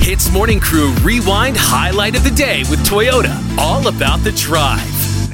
Hits Morning Crew Rewind Highlight of the Day with Toyota. All about the drive.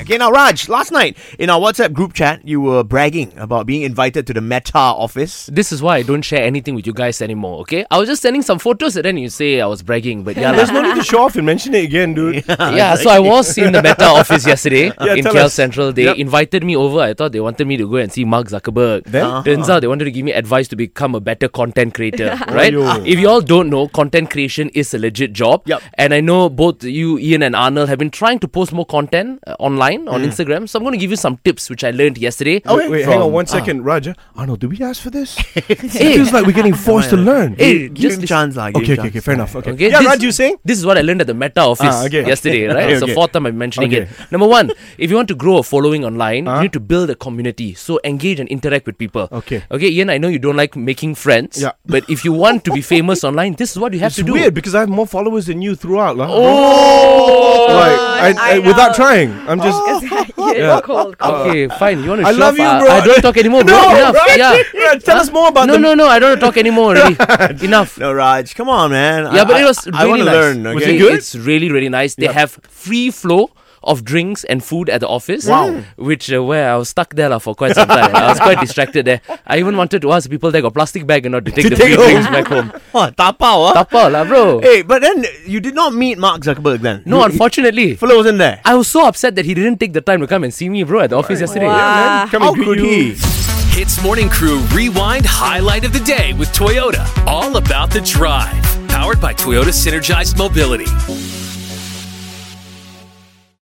Okay, now Raj, last night in our WhatsApp group chat, you were bragging about being invited to the Meta office. This is why I don't share anything with you guys anymore, okay? I was just sending some photos and then you say I was bragging, but yeah. There's no need to show off and mention it again, dude. yeah, so I was in the Meta office yesterday Yeah, in tell KL us. Central. They Yep. invited me over. I thought they wanted me to go and see Mark Zuckerberg. Then? Uh-huh. Turns out they wanted to give me advice to become a better content creator, right? Aiyo. If you all don't know, content creation is a legit job. Yep. And I know both you, Ian, and Arnold have been trying to post more content uh, online Hmm. on Instagram. So I'm going to give you some tips which I learned yesterday. Oh, Wait, wait, hang from- on one Ah. second, Raj. Arnold, did we ask for this? it feels like we're getting forced to learn. Hey, Give just him listen- chance, like Okay, okay, okay, fair enough. Okay. Okay, yeah, this- Raj, you saying? This is what I learned at the Meta office Ah, okay. yesterday, right? Okay, It's the okay. fourth time I'm mentioning Okay. Uh-huh. it. Number one, if you want to grow a following online, you need to build a community. So engage and interact with people. Okay. Okay, Ian, I know you don't like making friends, Yeah. but if you want to be famous online, this is what you have It's to do. weird because I have more followers than you throughout. lah. Oh! like I I, I, know. without trying, I'm just. Yeah. cold, cold. Okay, fine. You want to I show love off? you, I- bro. I, don't talk anymore. bro. No, Enough. right? Yeah. Raj, tell us more about No, the no, no. I don't want to talk anymore already. Enough. No, Raj, come on, man. I- Yeah, but I- it was I, really want to nice. learn. Okay? Was it good? It's really really nice. They have free flow of drinks and food at the office. Wow. Which uh, where I was stuck there lah for quite some time. I was quite distracted there. I even wanted to ask people there got plastic bag or not to take the free take home. drinks back home. Oh, tapao, huh? Tapau lah, bro. Hey, but then you did not meet Mark Zuckerberg then. no, You- unfortunately. fellow wasn't there. I was so upset that he didn't take the time to come and see me, bro, at the office yesterday. Wow. Come How and greet could you. he? Hits Morning Crew Rewind Highlight of the Day with Toyota. All about the drive. Powered by Toyota Synergized Mobility.